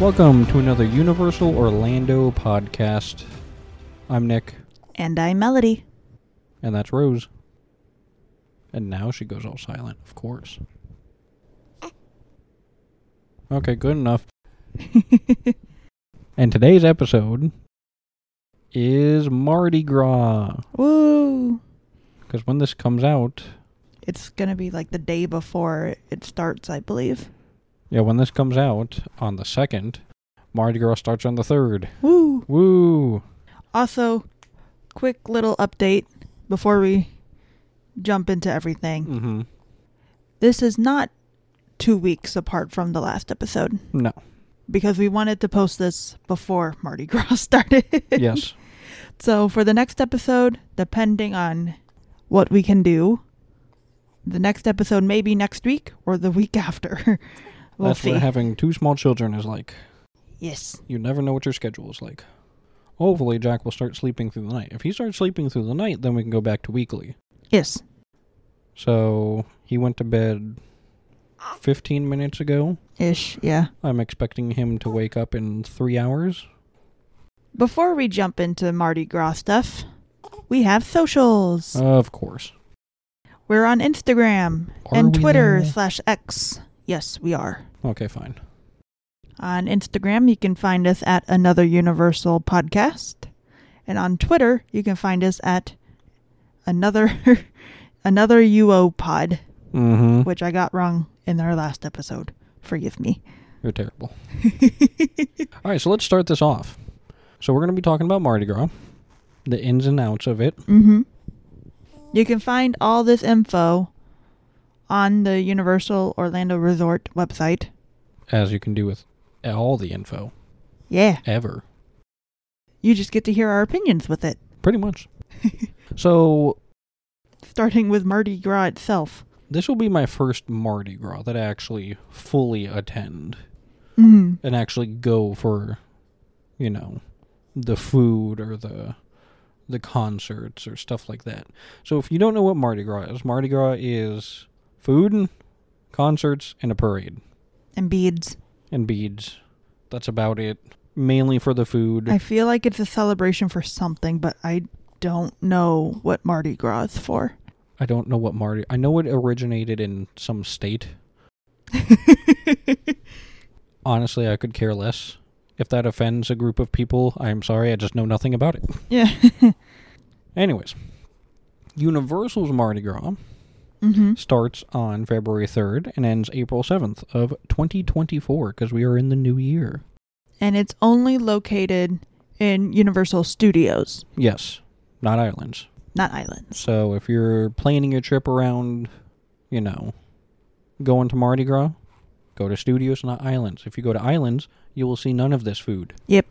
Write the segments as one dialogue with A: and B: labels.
A: Welcome to another Universal Orlando podcast. I'm Nick,
B: And I'm Melody.
A: and that's Rose. And now she goes all silent, of course. Okay, good enough. And today's episode is Mardi Gras.
B: Woo!
A: Because when this comes out,
B: It's gonna be like the day before it starts, I believe.
A: yeah, when this comes out on the 2nd, Mardi Gras starts on the 3rd.
B: Woo!
A: Woo!
B: Also, quick little update before we jump into everything.
A: Mm hmm.
B: This is not two weeks apart from the last episode
A: No.
B: because we wanted to post this before Mardi Gras started.
A: Yes.
B: So, for the next episode, depending on what we can do, the next episode may be next week or the week after. we'll
A: That's
B: see.
A: what having two small children is like.
B: Yes.
A: You never know what your schedule is like. Hopefully, Jack will start sleeping through the night. If he starts sleeping through the night, then we can go back to weekly.
B: Yes.
A: So, he went to bed 15 minutes ago.
B: Ish. Yeah.
A: I'm expecting him to wake up in three hours.
B: Before we jump into Mardi Gras stuff, we have socials.
A: Of course.
B: We're on Instagram
A: Uh, Are
B: and
A: we
B: Twitter
A: though?
B: slash X. Yes, we are.
A: Okay, fine.
B: On Instagram, you can find us at Another Universal Podcast. And on Twitter, you can find us at Another Another UO Pod,
A: Mm hmm.
B: which I got wrong in our last episode. Forgive me.
A: You're terrible. All right, so let's start this off. So, we're going to be talking about Mardi Gras, the ins and outs of it.
B: Mm-hmm. You can find all this info on the Universal Orlando Resort website.
A: as you can do with all the info
B: Yeah,
A: ever,
B: you just get to hear our opinions with it,
A: pretty much. so
B: starting with Mardi Gras itself.
A: this will be my first Mardi Gras that I actually fully attend
B: Mm.
A: and actually go for, you know, the food or the the concerts or stuff like that. So if you don't know what Mardi Gras is, Mardi Gras is food, concerts, and a parade
B: And beads.
A: and beads. That's about it. Mainly for the food.
B: I feel like it's a celebration for something, but I don't know what Mardi Gras is for.
A: I don't know what Mardi. I know it originated in some state. Honestly, I could care less. If that offends a group of people, I'm sorry. I just know nothing about it.
B: yeah.
A: Anyways, Universal's Mardi Gras
B: mm-hmm.
A: starts on February 3rd and ends April 7th of 2024 because we are in the new year.
B: And it's only located in Universal Studios,
A: Yes, not islands.
B: not islands.
A: So if you're planning your trip around, you know, going to Mardi Gras, go to studios, not islands. If you go to islands, you will see none of this food.
B: Yep.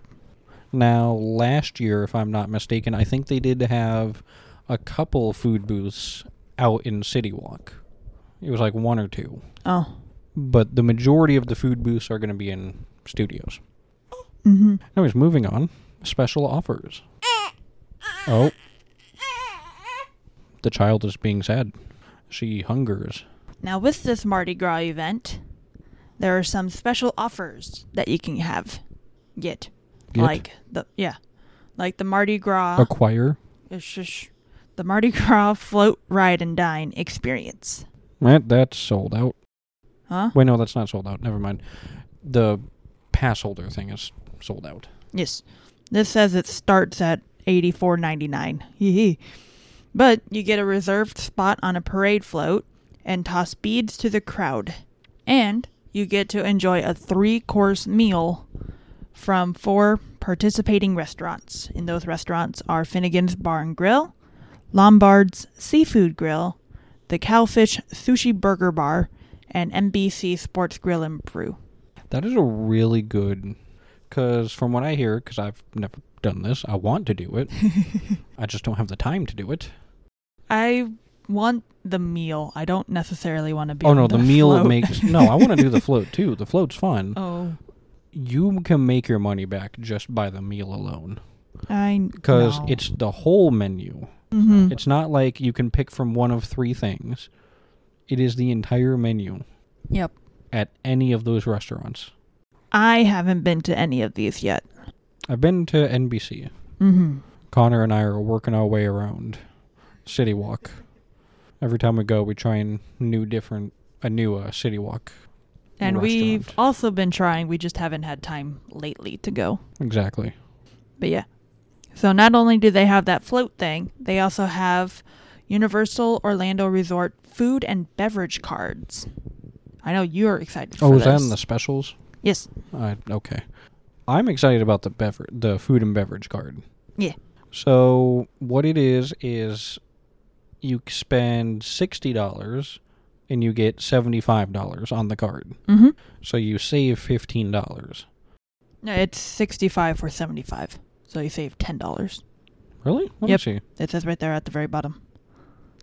A: Now, last year, if I'm not mistaken, I think they did have a couple food booths out in City Walk. It was like one or two.
B: Oh.
A: But the majority of the food booths are going to be in studios.
B: Mm-hmm.
A: Anyways, moving on. Special offers. Oh. The child is being sad. She hungers.
B: Now, with this Mardi Gras event, there are some special offers that you can have. Yet,
A: Yet.
B: like the yeah, like the Mardi Gras,
A: Acquire.
B: it's just- the Mardi Gras float ride and dine experience.
A: Eh, That's sold out.
B: Huh?
A: Wait, no, that's not sold out. Never mind. The pass holder thing is sold out.
B: Yes, this says it starts at eighty four ninety nine. Hee But you get a reserved spot on a parade float and toss beads to the crowd, and you get to enjoy a three course meal from four participating restaurants. And those restaurants are Finnegan's Bar and Grill, Lombard's Seafood Grill, the Cowfish Sushi Burger Bar, and NBC Sports Grill and Brew.
A: That is a really good, because from what I hear, because I've never done this, I want to do it. I just don't have the time to do it.
B: I want the meal. I don't necessarily want to be.
A: oh
B: on
A: no, the, meal
B: float.
A: it makes. No, I want to do the float too. The float's fun.
B: Oh,
A: You can make your money back just by the meal alone,
B: I
A: because
B: no.
A: it's the whole menu.
B: Mhm.
A: It's not like you can pick from one of three things. It is the entire menu
B: yep.
A: at any of those restaurants.
B: I haven't been to any of these yet.
A: I've been to NBC.
B: Mm-hmm.
A: Connor and I are working our way around City Walk. Every time we go, we try and new different a new uh, City Walk.
B: And we've
A: Restaurant.
B: also been trying, we just haven't had time lately to go.
A: Exactly.
B: But yeah. So not only do they have that float thing, they also have Universal Orlando Resort food and beverage cards. I know you're excited for
A: Oh, was that
B: this.
A: in the specials?
B: Yes.
A: I Uh, okay. I'm excited about the bever- the food and beverage card.
B: Yeah.
A: So what it is is you c- spend sixty dollars and you get seventy five dollars on the card.
B: Mm-hmm.
A: So you save fifteen dollars.
B: No, it's sixty five for seventy five. So you save ten dollars.
A: Really? Let
B: Yep.
A: me see.
B: It says right there at the very bottom.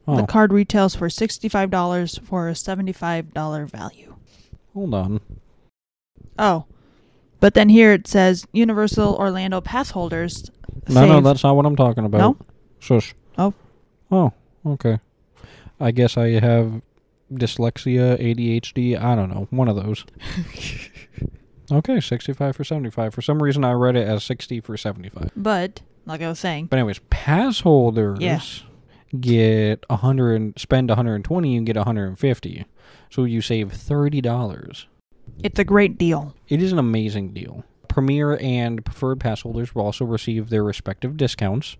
A: Oh,
B: The card retails for $65 for a $75 value.
A: hold on.
B: Oh. But then here it says Universal Orlando pass holders.
A: No, no,
B: save-
A: that's not what I'm talking about.
B: No?
A: Shush.
B: Oh.
A: Oh, okay. I guess I have dyslexia, ADHD, I don't know, one of those. okay, 65 for 75. For some reason I read it as 60 for 75.
B: But, like I was saying,
A: But anyways, pass holders
B: Yeah.
A: get 100 and- spend 120 and get 150. So you save $30.
B: it's a great deal.
A: It is an amazing deal. Premier and preferred pass holders will also receive their respective discounts.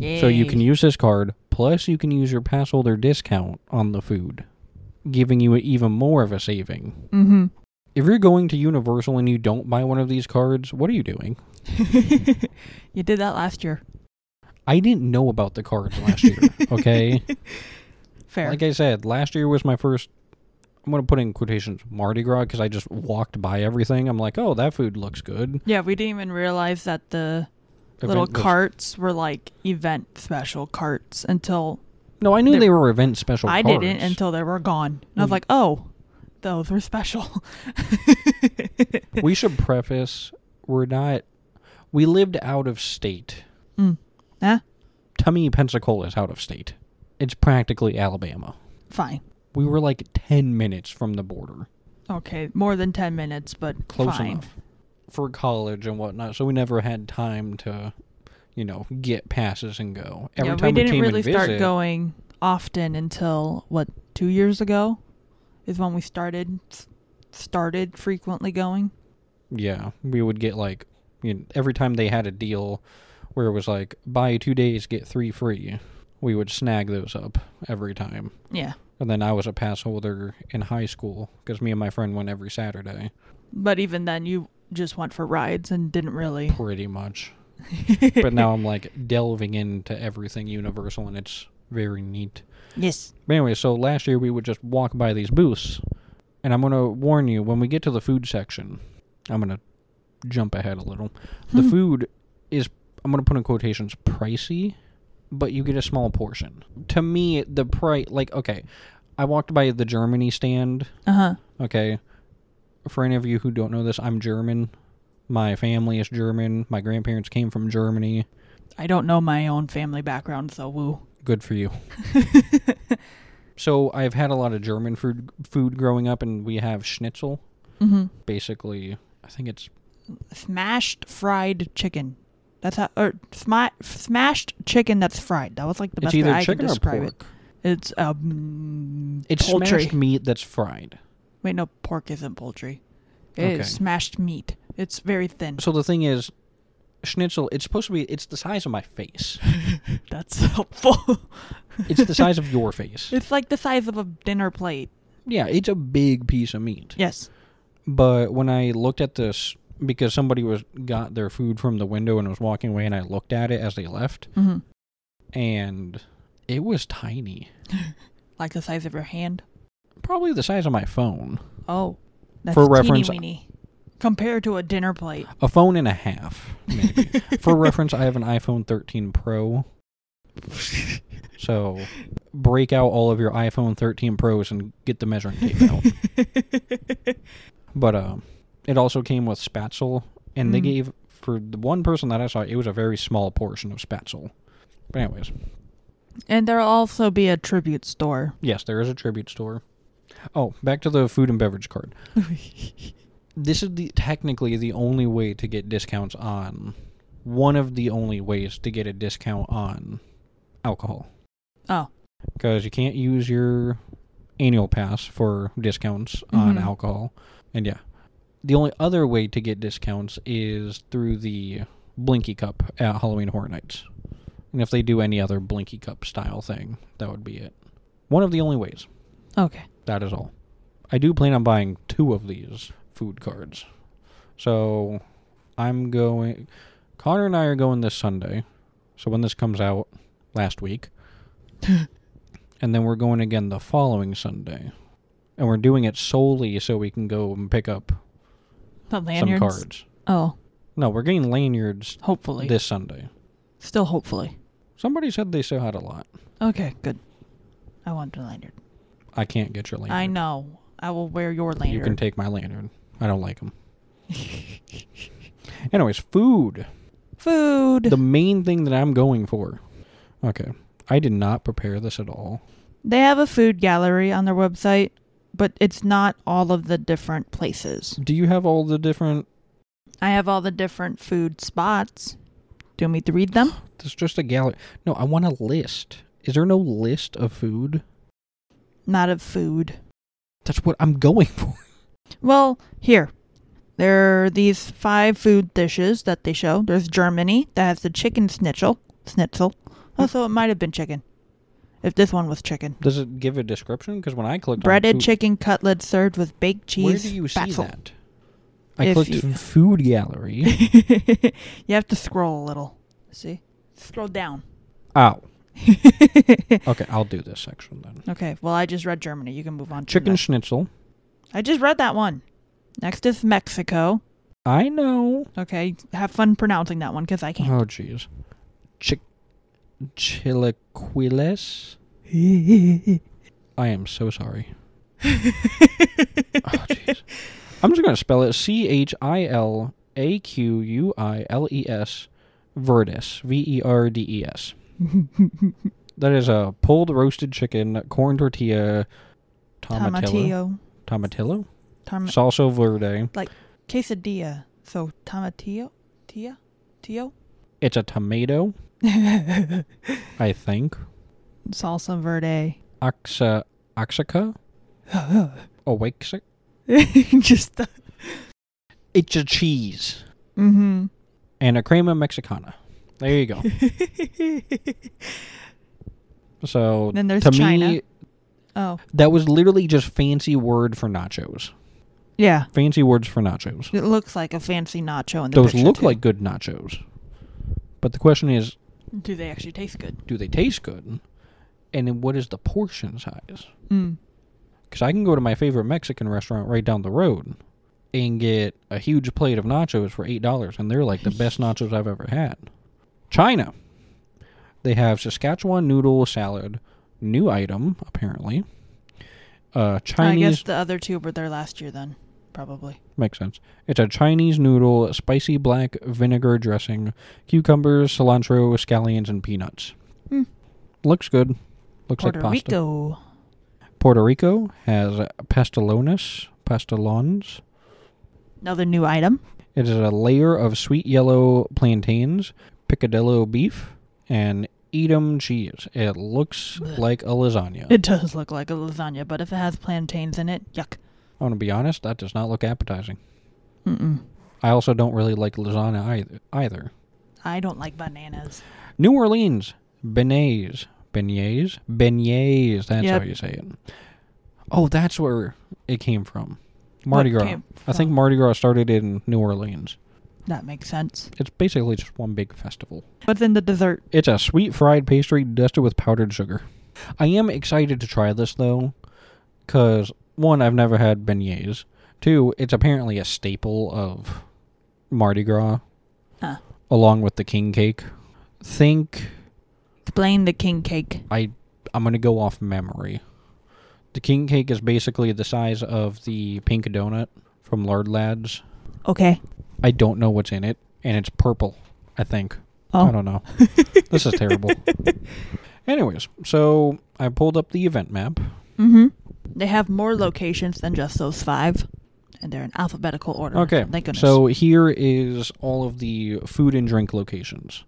A: So you can use this card, plus you can use your pass holder discount on the food, giving you even more of a saving.
B: Mm-hmm.
A: If you're going to Universal and you don't buy one of these cards, what are you doing?
B: you did that last year.
A: I didn't know about the cards last year, okay?
B: Fair.
A: Like I said, last year was my first. I'm going to put in quotations Mardi Gras because I just walked by everything. I'm like, oh, that food looks good.
B: yeah, we didn't even realize that the little
A: Event was-
B: carts were like event special carts until
A: No, I knew
B: They're-
A: they were event special
B: I
A: cards.
B: didn't until they were gone. And I was
A: Mm.
B: like, oh, those were special.
A: we should preface we're not. We lived out of state.
B: mm. Huh?
A: to me, Pensacola is out of state. It's practically Alabama.
B: Fine.
A: We were like 10 minutes from the border.
B: Okay, more than 10 minutes, but
A: Close
B: fine.
A: enough. For college and whatnot. So we never had time to, you know, get passes and go. Every
B: yeah,
A: time
B: we didn't
A: came
B: really
A: and
B: start
A: visit-
B: going often until, what, two years ago is when we started started frequently going.
A: Yeah. We would get like, you know, every time they had a deal where it was like, buy two days, get three free, we would snag those up every time.
B: Yeah.
A: And then I was a pass holder in high school because me and my friend went every Saturday,
B: But even then, you just went for rides and didn't really.
A: pretty much. but now I'm like delving into everything Universal, and it's very neat.
B: Yes.
A: But anyway, so last year we would just walk by these booths, and I'm gonna warn you when we get to the food section, I'm gonna jump ahead a little. The
B: Hmm.
A: food is I'm gonna put in quotations pricey, but you get a small portion. To me, the price like okay, I walked by the Germany stand.
B: Uh huh.
A: Okay, for any of you who don't know this, I'm German. My family is German. My grandparents came from Germany.
B: I don't know my own family background, so woo.
A: Good for you. So I've had a lot of German food food growing up, and we have schnitzel. Mm-hmm.
B: hmm
A: Basically, I think it's
B: Smashed fried chicken. That's how, or smi- smashed chicken that's fried. That was like the
A: it's
B: best
A: either
B: way I could
A: chicken or
B: describe
A: pork.
B: it. It's um,
A: It's
B: poultry.
A: smashed meat that's fried.
B: Wait, no, pork isn't poultry. It is
A: Okay.
B: smashed meat. It's very thin.
A: So the thing is, schnitzel. It's supposed to be. It's the size of my face.
B: That's helpful.
A: It's the size of your face.
B: it's like the size of a dinner plate.
A: Yeah, it's a big piece of meat.
B: Yes.
A: But when I looked at this, because somebody was got their food from the window and was walking away, and I looked at it as they left,
B: Mm-hmm.
A: and it was tiny,
B: Like the size of your hand.
A: probably the size of my phone,
B: Oh. That's
A: For
B: teeny
A: reference-
B: weeny. Compared to a dinner plate.
A: a phone and a half. Maybe. For reference, I have an iPhone 13 Pro. So break out all of your iPhone 13 Pros and get the measuring tape out. But um, it also came with spatzel, and they
B: Mm.
A: gave for the one person that I saw, it was a very small portion of spatzel. But anyways,
B: and there'll also be a tribute store.
A: yes, there is a tribute store. Oh, back to the food and beverage card. this is the, technically the only way to get discounts on one of the only ways to get a discount on alcohol.
B: Oh.
A: Because you can't use your annual pass for discounts on
B: Mhm.
A: alcohol. And yeah. The only other way to get discounts is through the Blinky Cup at Halloween Horror Nights. And if they do any other Blinky Cup style thing, that would be it. One of the only ways.
B: Okay.
A: That is all. I do plan on buying two of these food cards. So I'm going. Connor and I are going this Sunday. So when this comes out last week. and then we're going again the following Sunday. And we're doing it solely so we can go and pick up
B: The lanyards.
A: some cards.
B: Oh,
A: No, we're getting lanyards
B: hopefully.
A: this Sunday.
B: Still hopefully.
A: Somebody said they still had a lot.
B: Okay, good. I want the lanyard.
A: I can't get your lanyard.
B: I know. I will wear your lanyard.
A: You can take my lanyard. I don't like them. Anyways, food.
B: food.
A: the main thing that I'm going for. Okay. I did not prepare this at all.
B: They have a food gallery on their website, but it's not all of the different places.
A: Do you have all the different.
B: I have all the different food spots. Do you want me to read them?
A: It's just a gallery. No, I want a list. Is there no list of food?
B: Not of food.
A: That's what I'm going for.
B: Well, here. There are these five food dishes that they show. There's Germany that has the chicken schnitzel. Schnitzel.
A: Hmm.
B: Oh, so it might have been chicken. If this one was chicken.
A: Does it give a description? Because when I clicked
B: Breaded
A: on food,
B: chicken cutlet served with baked cheese.
A: where do you see
B: basil.
A: that? I
B: If
A: clicked
B: you-
A: food gallery.
B: you have to scroll a little. See? Scroll down.
A: Ow. Oh, Okay, I'll do this section then.
B: okay, well, I just read Germany. You can move on. to the
A: Chicken
B: next.
A: schnitzel.
B: I just read that one. Next is Mexico.
A: I know.
B: Okay, have fun pronouncing that one because I can't.
A: Oh, jeez. Chick. Chilaquiles? Uh-huh. I am so sorry. Oh, jeez. I'm just going to spell it C H I L A Q U I L E S Verdes. V E R D E S. That is a pulled roasted chicken, corn tortilla, tomatillo.
B: Tomatillo.
A: Tomatillo?
B: Tom-
A: Salsa verde.
B: quesadilla. So, tomatillo? Tia? Tio?
A: It's a tomato, I think.
B: Salsa verde.
A: Oxa. Oaxaca? Oh, Oaxaca?
B: just the.
A: It's a cheese.
B: Mm
A: And a crema mexicana. There you go.
B: hmm.
A: So
B: Then there's
A: to
B: China.
A: me,
B: oh,
A: that was literally just fancy word for nachos.
B: yeah.
A: Fancy words for nachos.
B: It looks like a fancy nacho in the
A: Those
B: picture,
A: look
B: too.
A: like good nachos. But the question is,
B: Do they actually taste good?
A: do they taste good? And then what is the portion size?
B: Mm.
A: Because I can go to my favorite Mexican restaurant right down the road and get a huge plate of nachos for $8, and they're like the best nachos I've ever had. China. They have Saskatchewan noodle salad, new item, apparently. Uh,
B: I
A: Chinese
B: guess the other two were there last year then, probably.
A: Makes sense. It's a Chinese noodle, spicy black vinegar dressing, cucumbers, cilantro, scallions, and peanuts.
B: Hmm.
A: Looks good. Looks
B: Puerto
A: like pasta.
B: Rico.
A: Puerto Rico has pastelones, pastelones.
B: Another new item.
A: It is a layer of sweet yellow plantains, picadillo beef, and Edam cheese. It looks
B: Blech.
A: like a lasagna.
B: It does look like a lasagna, but if it has plantains in it, yuck.
A: I'm going to be honest, that does not look appetizing.
B: Mm-mm.
A: I also don't really like lasagna either. either.
B: I don't like bananas.
A: New Orleans beignets, beignets, beignets. That's
B: Yep.
A: how you say it. Oh, that's where it came from. Mardi
B: What
A: Gras.
B: came
A: I think
B: from?
A: Mardi Gras started in New Orleans.
B: That makes sense.
A: It's basically just one big festival.
B: What's in the dessert?
A: It's a sweet fried pastry dusted with powdered sugar. I am excited to try this though, because one, I've never had beignets. Two, it's apparently a staple of Mardi Gras,
B: Huh.
A: along with the king cake. Think
B: Explain the king cake.
A: I I'm gonna go off memory. The king cake is basically the size of the pink donut from Lard Lads.
B: Okay.
A: I don't know what's in it, and it's purple. I think. I
B: Oh.
A: don't know. this is terrible. Anyways, so I pulled up the event map.
B: Mm-hmm. They have more locations than just those five. and they're in alphabetical order.
A: Okay.
B: Oh, Thank goodness.
A: So here is all of the food and drink locations.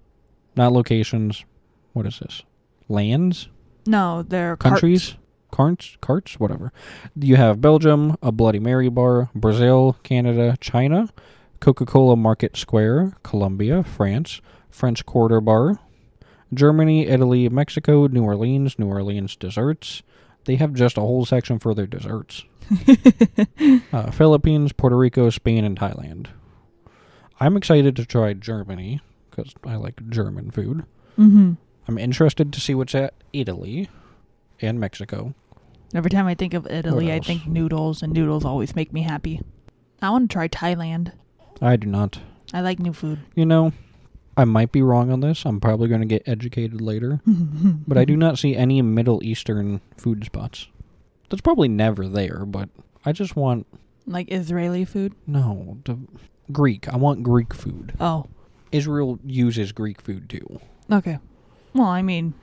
A: Not locations. What is this? Lands?
B: no, they're carts.
A: Countries? Carts? Carts? Whatever. You have Belgium, a Bloody Mary bar, Brazil, Canada, China, Coca Cola Market Square, Colombia, France, French Quarter Bar, Germany, Italy, Mexico, New Orleans, New Orleans desserts. They have just a whole section for their desserts. uh, Philippines, Puerto Rico, Spain, and Thailand. I'm excited to try Germany because I like German food.
B: Mm-hmm.
A: I'm interested to see what's at Italy and Mexico.
B: Every time I think of Italy, I
A: else?
B: think noodles, and noodles always make me happy. I want to try Thailand.
A: I do not.
B: I like new food.
A: You know, I might be wrong on this. I'm probably going to get educated later. but
B: Mm-hmm.
A: I do not see any Middle Eastern food spots. That's probably never there, but I just want.
B: Like Israeli food.
A: No, the Greek. I want Greek food.
B: Oh,
A: Israel uses Greek food too.
B: okay. Well, I mean,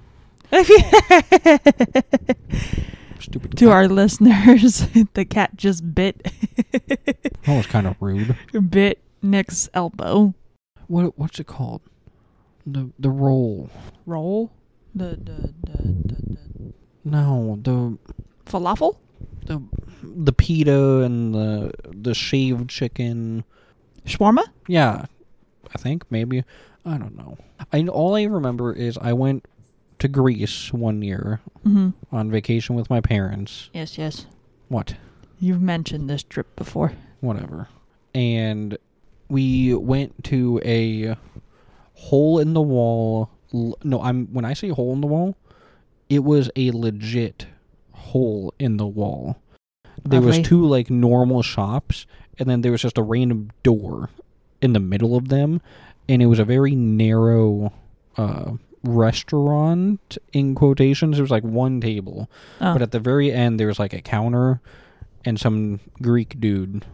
A: Stupid.
B: to
A: cat.
B: our listeners, the cat just bit
A: That was kind of rude.
B: bit Nick's elbow.
A: What what's it called? The the roll.
B: Roll. The the the, the, the
A: No, the
B: falafel.
A: the the pita and the the shaved chicken.
B: Shawarma.
A: Yeah, I think maybe I don't know. I all I remember is I went to Greece one year
B: Mm-hmm.
A: on vacation with my parents.
B: Yes, yes.
A: What?
B: You've mentioned this trip before.
A: Whatever. And we went to a hole in the wall. l- No, I'm when I say hole in the wall, it was a legit hole in the wall. There was
B: Lovely.
A: two like normal shops and then there was just a random door in the middle of them and it was a very narrow uh restaurant in quotations. There was like one table
B: Oh,
A: but at the very end, there was like a counter and some Greek dude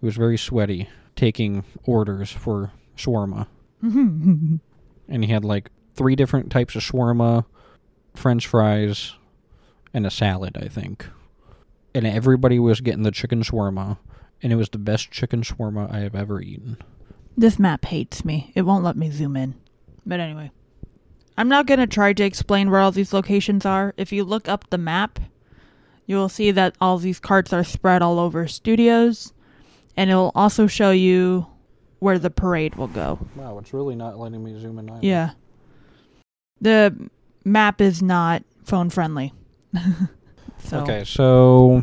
A: who was very sweaty taking orders for shawarma.
B: Mm-hmm.
A: And he had like three different types of shawarma, french fries, and a salad, I think. And everybody was getting the chicken shawarma. And it was the best chicken shawarma I have ever eaten.
B: this map hates me. It won't let me zoom in. But anyway, I'm not gonna try to explain where all these locations are. If you look up the map, you will see that all these carts are spread all over studios, and it will also show you where the parade will go.
A: Wow, it's really not letting me zoom in.
B: Yeah. The map is not phone friendly. so
A: Okay, so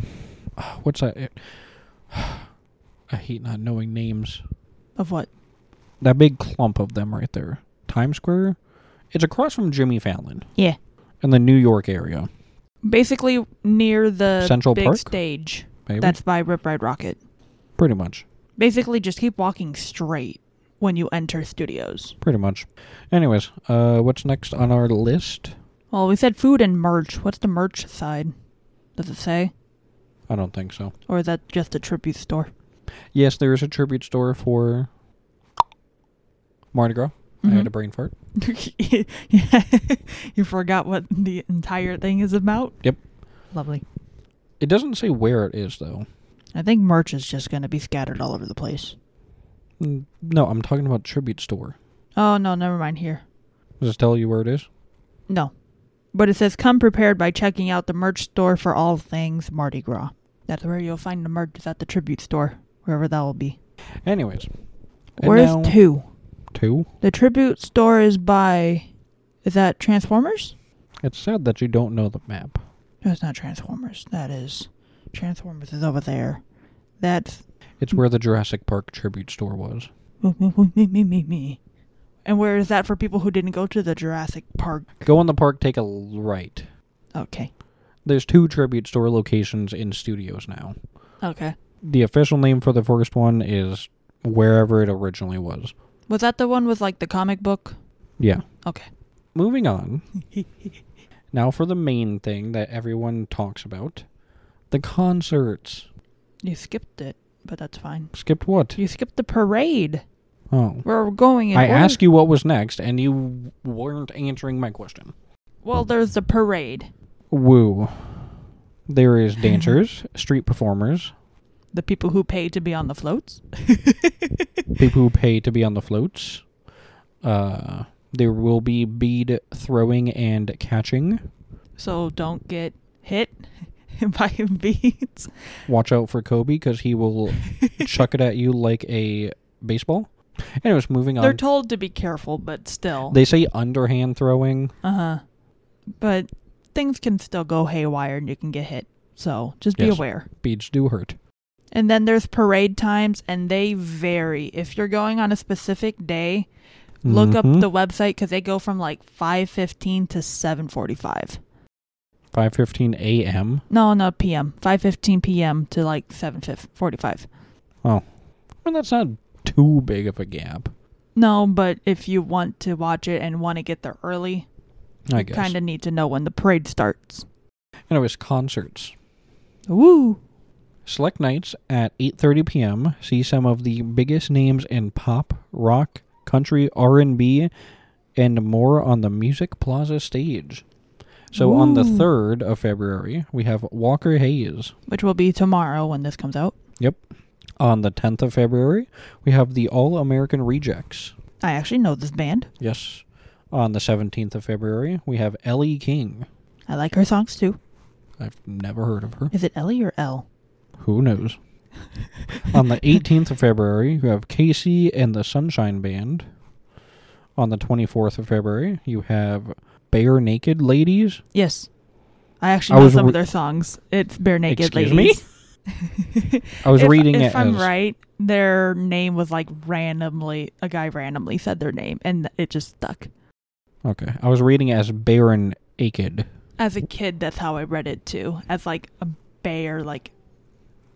A: what's that? I hate not knowing names.
B: of what?
A: that big clump of them right there. Times Square. It's across from Jimmy Fallon.
B: Yeah.
A: In the New York area.
B: Basically near the
A: Central
B: big
A: Park?
B: stage.
A: Maybe.
B: That's by Rip Ride Rocket.
A: pretty much.
B: Basically just keep walking straight when you enter studios.
A: Pretty much. Anyways, uh what's next on our list?
B: Well, we said food and merch. What's the merch side? Does it say?
A: I don't think so.
B: Or is that just a tribute store?
A: Yes, there is a tribute store for Mardi Gras. I had
B: Mhm.
A: a brain fart.
B: Mm-hmm. yeah. you forgot what the entire thing is about?
A: Yep.
B: Lovely.
A: It doesn't say where it is though.
B: I think merch is just going to be scattered all over the place.
A: Mm, No, I'm talking about tribute store.
B: Oh, no, never mind here.
A: Does it tell you where it is?
B: No. But it says come prepared by checking out the merch store for all things Mardi Gras. That's where you'll find the merch is at the tribute store, wherever that will be.
A: Anyways. And
B: Where's
A: now-
B: two?
A: two?
B: The tribute store is by is that Transformers?
A: It's sad that you don't know the map.
B: No, it's not Transformers. That is Transformers is over there. That's
A: It's where the Jurassic Park tribute store was.
B: me me me me me. And where is that for people who didn't go to the Jurassic Park?
A: Go in the park, take a l- right.
B: Okay.
A: There's two tribute store locations in studios now.
B: Okay.
A: The official name for the first one is wherever it originally was.
B: Was that the one with like the comic book?
A: Yeah.
B: Okay.
A: Moving on. now for the main thing that everyone talks about the concerts.
B: You skipped it, but that's fine.
A: Skipped what?
B: You skipped the parade.
A: Oh.
B: We're going in
A: I
B: order.
A: asked you what was next, and you weren't answering my question.
B: Well, there's the parade.
A: Woo. There is dancers, street performers,
B: The people who pay to be on the floats.
A: people who pay to be on the floats. Uh, there will be bead throwing and catching.
B: So don't get hit by beads.
A: Watch out for Kobe because he will chuck it at you like a baseball. Anyways, moving on.
B: They're told to be careful, but still.
A: they say underhand throwing.
B: Uh huh. But things can still go haywire and you can get hit. So just be
A: Yes.
B: aware.
A: Beads do hurt.
B: And then there's parade times, and they vary. If you're going on a specific day, look
A: Mhm.
B: up the website because they go from like 5.15 to 7.45
A: five fifteen a.m.
B: no no pm 5.15 pm to like 7.45
A: I mean, that's not too big of a gap.
B: no but if you want to watch it and want to get there early
A: I
B: you
A: guess.
B: kind of need to know when the parade starts
A: Anyways, concerts.
B: woo
A: Select nights at 8:30 p.m. See some of the biggest names in pop, rock, country, R&B, and more on the Music Plaza stage. So on the
B: Ooh.
A: 3rd of February, we have Walker Hayes.
B: which will be tomorrow when this comes out
A: On the 10th of February, we have the All American Rejects.
B: i actually know this band
A: Yes. On the 17th of February, we have Ellie King.
B: i like her songs too
A: I've never heard of her.
B: is it ellie or l
A: Who knows? On the 18th of February, you have Casey and the Sunshine Band. On the 24th of February, you have Bare Naked Ladies.
B: yes i
A: I
B: actually know
A: was
B: some
A: re-
B: of their songs it's bare naked
A: Excuse me?
B: ladies
A: I was
B: if,
A: reading
B: if
A: it
B: I'm
A: as
B: right, their name was like randomly a guy randomly said their name and it just stuck.
A: okay. I was reading it as Baron Aked.
B: As a kid, that's how I read it too. As like a bear, like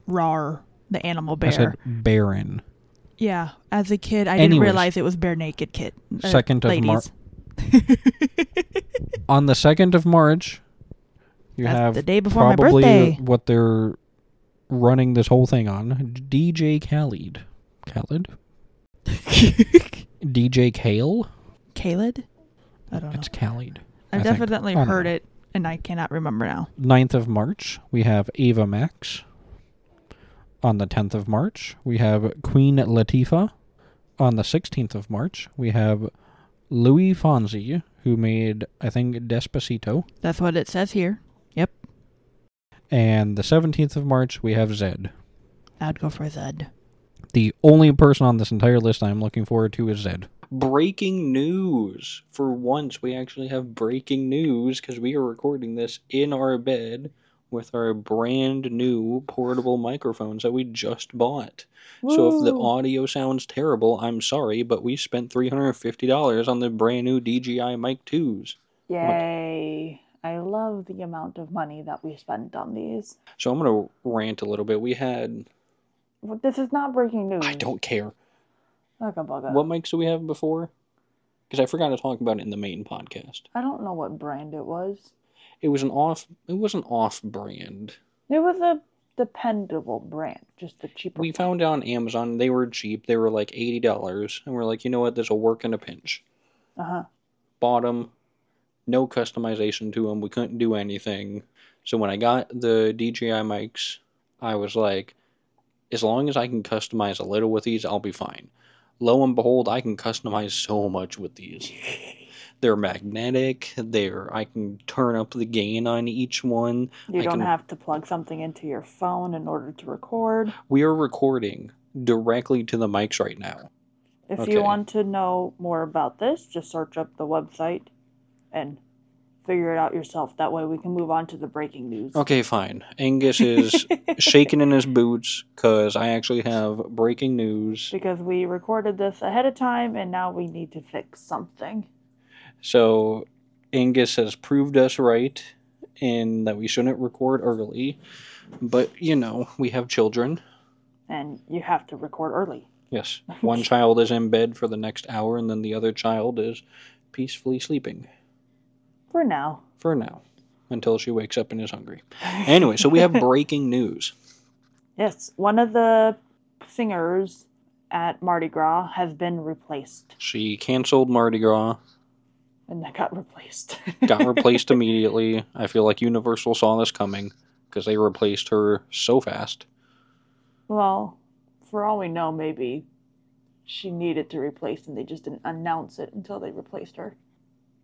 B: rar, the animal bear.
A: I said Baron.
B: yeah. As a kid, I didn't
A: Anyways.
B: realize it was bare naked kid. uh,
A: Second of Mar-
B: ladies.
A: On the 2nd of March, you
B: That's
A: have
B: the day before my
A: probably
B: birthday.
A: what they're running this whole thing on. DJ Khaled. Khaled? DJ Kale?
B: Kaled? I don't know.
A: It's Khaled.
B: I've
A: I think.
B: definitely
A: I don't
B: heard
A: know.
B: it and I cannot remember now.
A: 9th of March, we have Ava Max. On the 10th of March, we have Queen Latifah. On the 16th of March, we have Louis Fonzie, who made, I think, Despacito.
B: That's what it says here.
A: And the 17th of March, we have Zed.
B: I'd go for Zed.
A: The only person on this entire list I'm looking forward to is Zed. Breaking news. For once, we actually have breaking news because we are recording this in our bed with our brand new portable microphones that we just bought. So if the
B: Woo.
A: audio sounds terrible, I'm sorry, but we spent $350 on the brand new DJI Mic 2s.
C: Yay. I love the amount of money that we spent on these.
A: So I'm going to rant a little bit. We had,
C: Well, This is not breaking news.
A: I don't care.
C: Ugga bugga.
A: What mics do we have before? Because I forgot to talk about it in the main podcast.
C: I don't know what brand it was.
A: It was an off. It was an off brand.
C: It was a dependable brand, just the cheaper.
A: We
C: one.
A: found it on Amazon. They were cheap. They were like eighty dollars, and we're like, you know what? This will work in a pinch.
C: Uh-huh.
A: Bought 'em. No customization to them. We couldn't do anything. So when I got the DJI mics, I was like, as long as I can customize a little with these, I'll be fine. Lo and behold, I can customize so much with these. They're magnetic. They're I can turn up the gain on each one.
C: You
A: I
C: don't
A: can-
C: have to plug something into your phone in order to record.
A: We are recording directly to the mics right now.
C: If
A: Okay.
C: you want to know more about this, just search up the website and figure it out yourself. That way we can move on to the breaking news.
A: Okay, fine. Angus is shaking in his boots because I actually have breaking news.
C: because we recorded this ahead of time and now we need to fix something.
A: So, Angus has proved us right in that we shouldn't record early, but you know, we have children.
C: And you have to record early.
A: Yes, one child is in bed for the next hour, and then the other child is peacefully sleeping.
C: For now.
A: for now until she wakes up and is hungry. Anyway, so we have breaking news.
C: Yes, one of the singers at Mardi Gras has been replaced.
A: She canceled Mardi Gras,
C: And that got replaced.
A: got replaced immediately. I feel like Universal saw this coming because they replaced her so fast.
C: Well, for all we know, maybe she needed to replace and they just didn't announce it until they replaced her.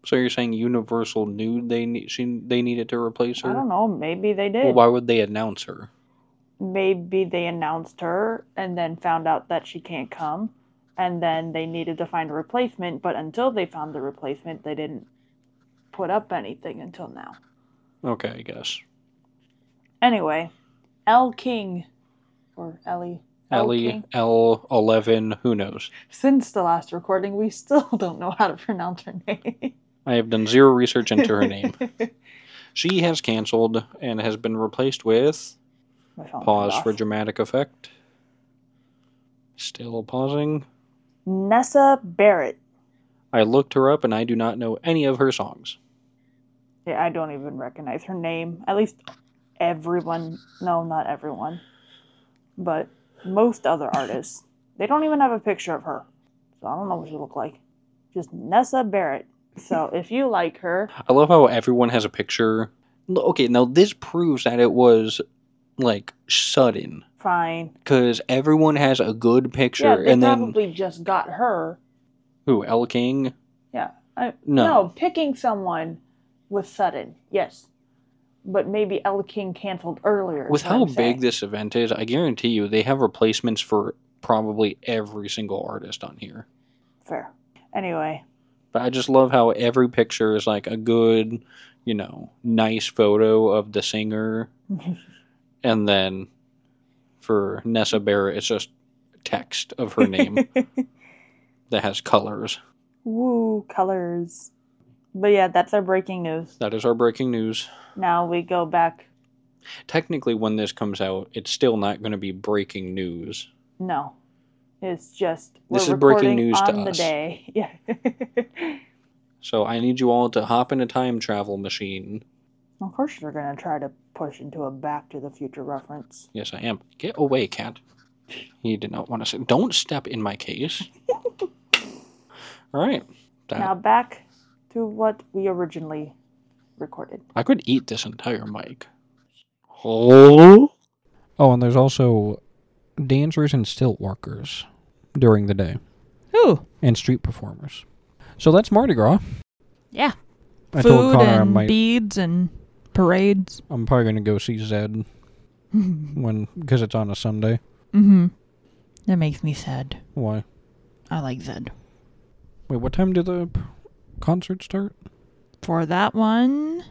A: So you're saying Universal knew they ne- she they needed to replace
C: I
A: her?
C: don't know. Maybe they did.
A: Well, why would they announce her?
C: maybe they announced her and then found out that she can't come and then they needed to find a replacement but until they found the replacement they didn't put up anything until now
A: Okay, I guess.
C: anyway l king or ellie L.
A: Ellie
C: King.
A: L eleven, who knows?
C: since the last recording we still don't know how to pronounce her name
A: I have done zero research into her name. She has cancelled and has been replaced with
C: My phone
A: pause
C: turned
A: for
C: off.
A: dramatic effect. Still pausing.
C: nessa barrett
A: I looked her up and I do not know any of her songs.
C: yeah i don't even recognize her name at least everyone no not everyone but most other artists they don't even have a picture of her so i don't know what she looked like just nessa barrett so if you like her
A: I love how everyone has a picture. L- Okay, now this proves that it was like sudden
C: fine
A: because everyone has a good
C: yeah
A: picture
C: they
A: and then
C: probably just got her
A: who? El King?
C: yeah I,
A: No.
C: picking someone was sudden yes but maybe Ella King canceled earlier. is
A: With
C: what I'm
A: how big
C: saying.
A: this event is, I guarantee you they have replacements for probably every single artist on here.
C: Fair. Anyway,
A: But I just love how every picture is like a good, you know, nice photo of the singer. and then for Nessa Barrett, it's just text of her name that has colors.
C: Woo, colors. But yeah, that's our breaking news.
A: That is our breaking news.
C: Now we go back.
A: Technically, when this comes out, it's still not going to be breaking news.
C: No, it's just
A: This is breaking
C: recording
A: news to
C: on the
A: us.
C: day. Yeah.
A: So I need you all to hop in a time travel machine.
C: of course, you're gonna try to push into a Back to the Future reference.
A: Yes, I am. Get away, cat. He did not want to say. Don't step in my case. all right. That-
C: Now back to what we originally recorded.
A: I could eat this entire mic. Oh. Oh, and there's also dancers and stilt workers during the day
B: Ooh.
A: and street performers. So that's Mardi Gras.
B: Yeah.
A: I told
B: Food
A: Connor I
B: and
A: might.
B: beads and parades.
A: I'm probably going to go see Zed when because it's on a Sunday.
B: Mm-hmm. That makes me sad.
A: Why?
B: I like Zed.
A: Wait, what time do the p- concerts start?
B: For that one,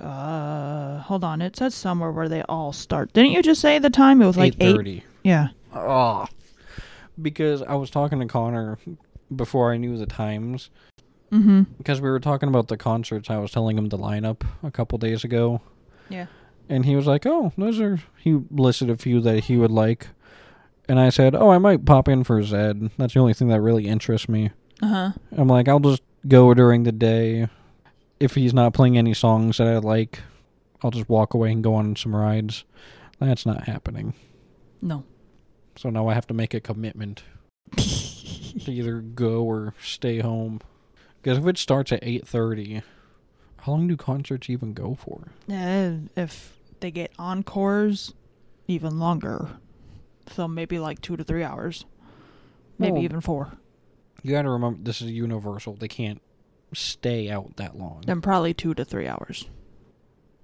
B: uh, hold on. It says somewhere where they all start. Didn't you just say the time? It was like eight. Yeah.
A: Oh. Because I was talking to Connor before I knew the times
B: Mm-hmm.
A: because we were talking about the concerts. I was telling him the lineup a couple days ago.
B: Yeah.
A: And he was like, "Oh, those are." He listed a few that he would like, and I said, "Oh, I might pop in for Zed. That's the only thing that really interests me."
B: Uh huh.
A: I'm like, "I'll just go during the day. If he's not playing any songs that I like, I'll just walk away and go on some rides." That's not happening.
B: No.
A: So now I have to make a commitment to either go or stay home. Because if it starts at eight thirty, how long do concerts even go for?
B: Uh, if they get encores, even longer. So maybe like two to three hours. Maybe
A: Well-
B: even four.
A: You got to remember, this is Universal. They can't stay out that long.
B: Then probably two to three hours.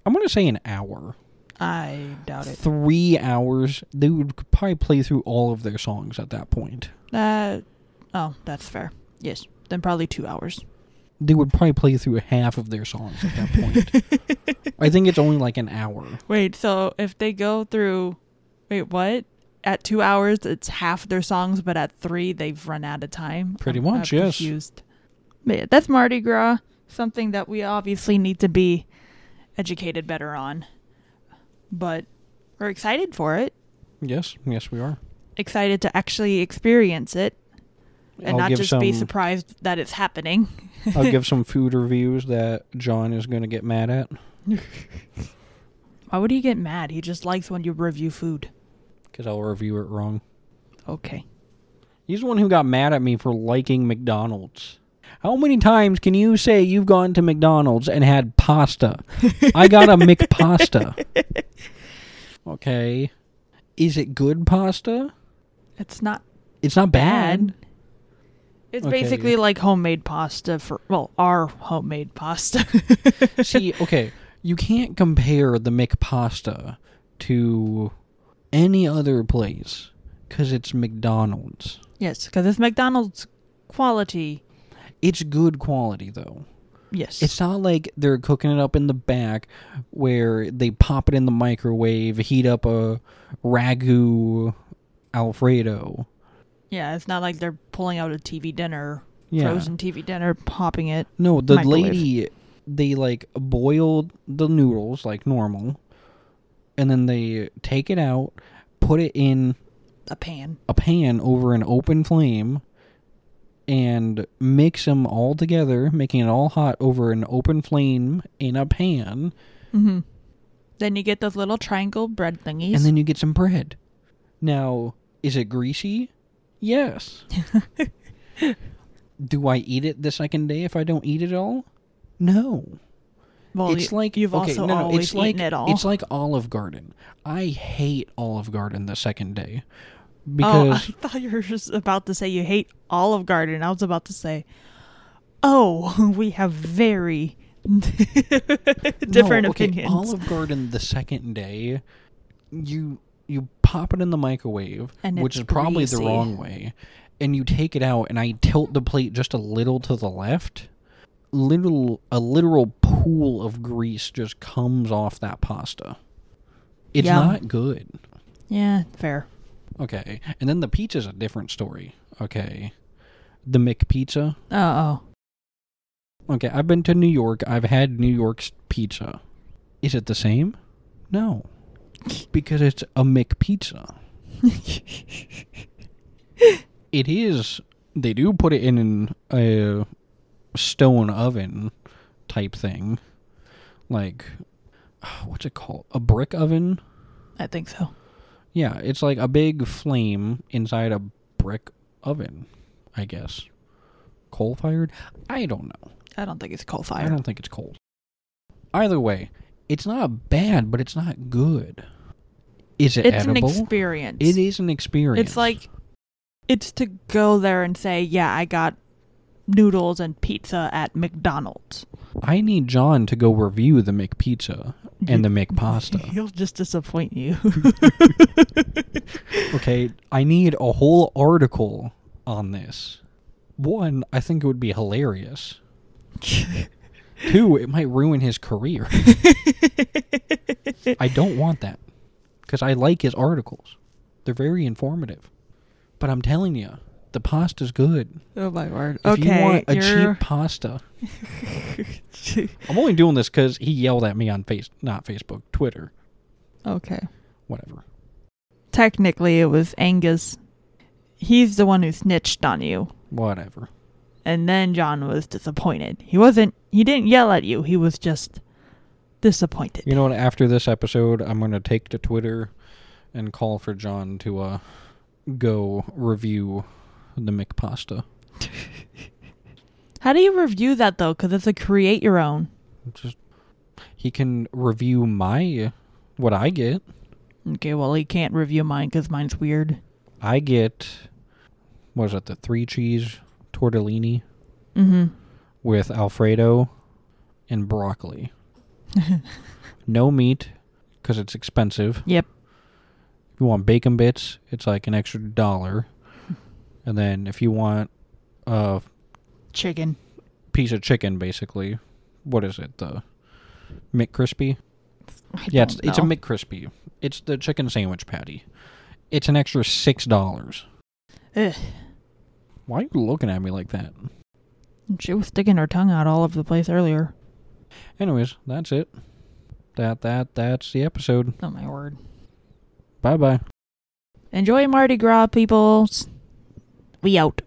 A: I'm gonna say an hour,
B: I doubt it.
A: three hours. They would probably play through all of their songs at that point.
B: Uh, oh, that's fair. Yes. Then probably two hours.
A: They would probably play through half of their songs at that point. I think it's only like an hour.
B: Wait, so if they go through, wait, what? At two hours, it's half their songs, but at three, they've run out of time. uh,
A: Pretty much, yes.
B: Confused. But yeah, that's Mardi Gras, something that we obviously need to be educated better on. But we're excited for it,
A: Yes, yes, we are.
B: excited to actually experience it, and
A: I'll
B: not
A: give
B: just
A: some,
B: be surprised that it's happening.
A: I'll give some food reviews that John is gonna get mad at
B: Why would he get mad? He just likes when you review food.
A: because I'll review it wrong.
B: Okay.
A: He's the one who got mad at me for liking McDonald's. How many times can you say you've gone to McDonald's and had pasta? I got a McPasta. Okay. Is it good pasta?
B: It's not
A: It's not bad.
B: It's
A: Okay.
B: basically like homemade pasta for well, our homemade pasta.
A: See, okay, you can't compare the McPasta to any other place because it's McDonald's.
B: yes, because it's McDonald's quality.
A: It's good quality though.
B: Yes,
A: It's not like they're cooking it up in the back where they pop it in the microwave, heat up a ragu alfredo.
B: yeah. It's not like they're pulling out a TV dinner,
A: Yeah.
B: frozen TV dinner, popping it.
A: No, the
B: Microwave.
A: lady they like boil the noodles like normal and then they take it out, put it in
B: A pan.
A: a pan over an open flame and mix them all together, making it all hot over an open flame in a pan,
B: Mm-hmm. Then you get those little triangle bread thingies.
A: and then you get some bread. Now, is it greasy? Yes. Do I eat it the second day if I don't eat it all? No.
B: well,
A: it's
B: you-
A: like
B: you've
A: okay,
B: also
A: no, no,
B: always
A: it's like,
B: eaten it all.
A: It's like Olive Garden. I hate Olive Garden the second day because
B: oh, I thought you were just about to say you hate Olive Garden. I was about to say, oh, we have very different
A: No, okay,
B: opinions.
A: Olive Garden the second day, you you pop it in the microwave,
B: And
A: which
B: it's
A: is probably the
B: greasy.
A: wrong way, and you take it out, and I tilt the plate just a little to the left. Little a literal pool of grease just comes off that pasta. It's
B: Yum.
A: not good.
B: yeah, fair.
A: Okay, and then the pizza's a different story. Okay, the McPizza.
B: Oh,
A: Okay, I've been to New York. I've had New York's pizza. Is it the same? No. Because it's a McPizza. It is. They do put it in an, a stone oven type thing. Like, what's it called? A brick oven?
B: I think so.
A: Yeah, it's like a big flame inside a brick oven, I guess. Coal fired? I don't know.
B: I don't think it's coal
A: I
B: fire.
A: don't think it's cold. Either way, it's not bad, but it's not good. Is it
B: It's
A: edible?
B: an experience.
A: It is an experience.
B: It's like it's to go there and say, yeah, I got noodles and pizza at McDonald's.
A: I need John to go review the McPizza and the McPasta.
B: He'll just disappoint you.
A: Okay, I need a whole article on this. One, I think it would be hilarious. Two, it might ruin his career. I don't want that because I like his articles. They're very informative. But I'm telling you, the pasta's good.
B: oh my word.
A: If
B: okay,
A: you want a
B: you're-
A: cheap pasta, I'm only doing this because he yelled at me on face, not Facebook, Twitter,
B: okay.
A: whatever.
B: Technically, it was Angus. He's the one who snitched on you.
A: Whatever.
B: And then John was disappointed. He wasn't, he didn't yell at you. He was just disappointed.
A: You know what? After this episode, I'm going to take to Twitter and call for John to uh, go review the McPasta.
B: How do you review that though? Because it's a create your own.
A: Just he can review my what I get.
B: Okay, well, he can't review mine because mine's weird.
A: I get what is it the three cheese tortellini
B: Mm
A: with alfredo and broccoli.
B: hmm.
A: No meat because it's expensive.
B: yep.
A: If you want bacon bits, it's like an extra dollar. And then if you want a
B: Chicken.
A: piece of chicken, basically, what is it? The McCrispy.
B: I
A: yeah, it's
B: don't
A: it's a
B: know.
A: McCrispy. It's the chicken sandwich patty. It's an extra six dollars.
B: Ugh.
A: Why are you looking at me like that?
B: She was sticking her tongue out all over the place earlier.
A: Anyways, that's it. That that that's the episode.
B: Oh my word.
A: Bye bye.
B: Enjoy Mardi Gras, peoples. We out.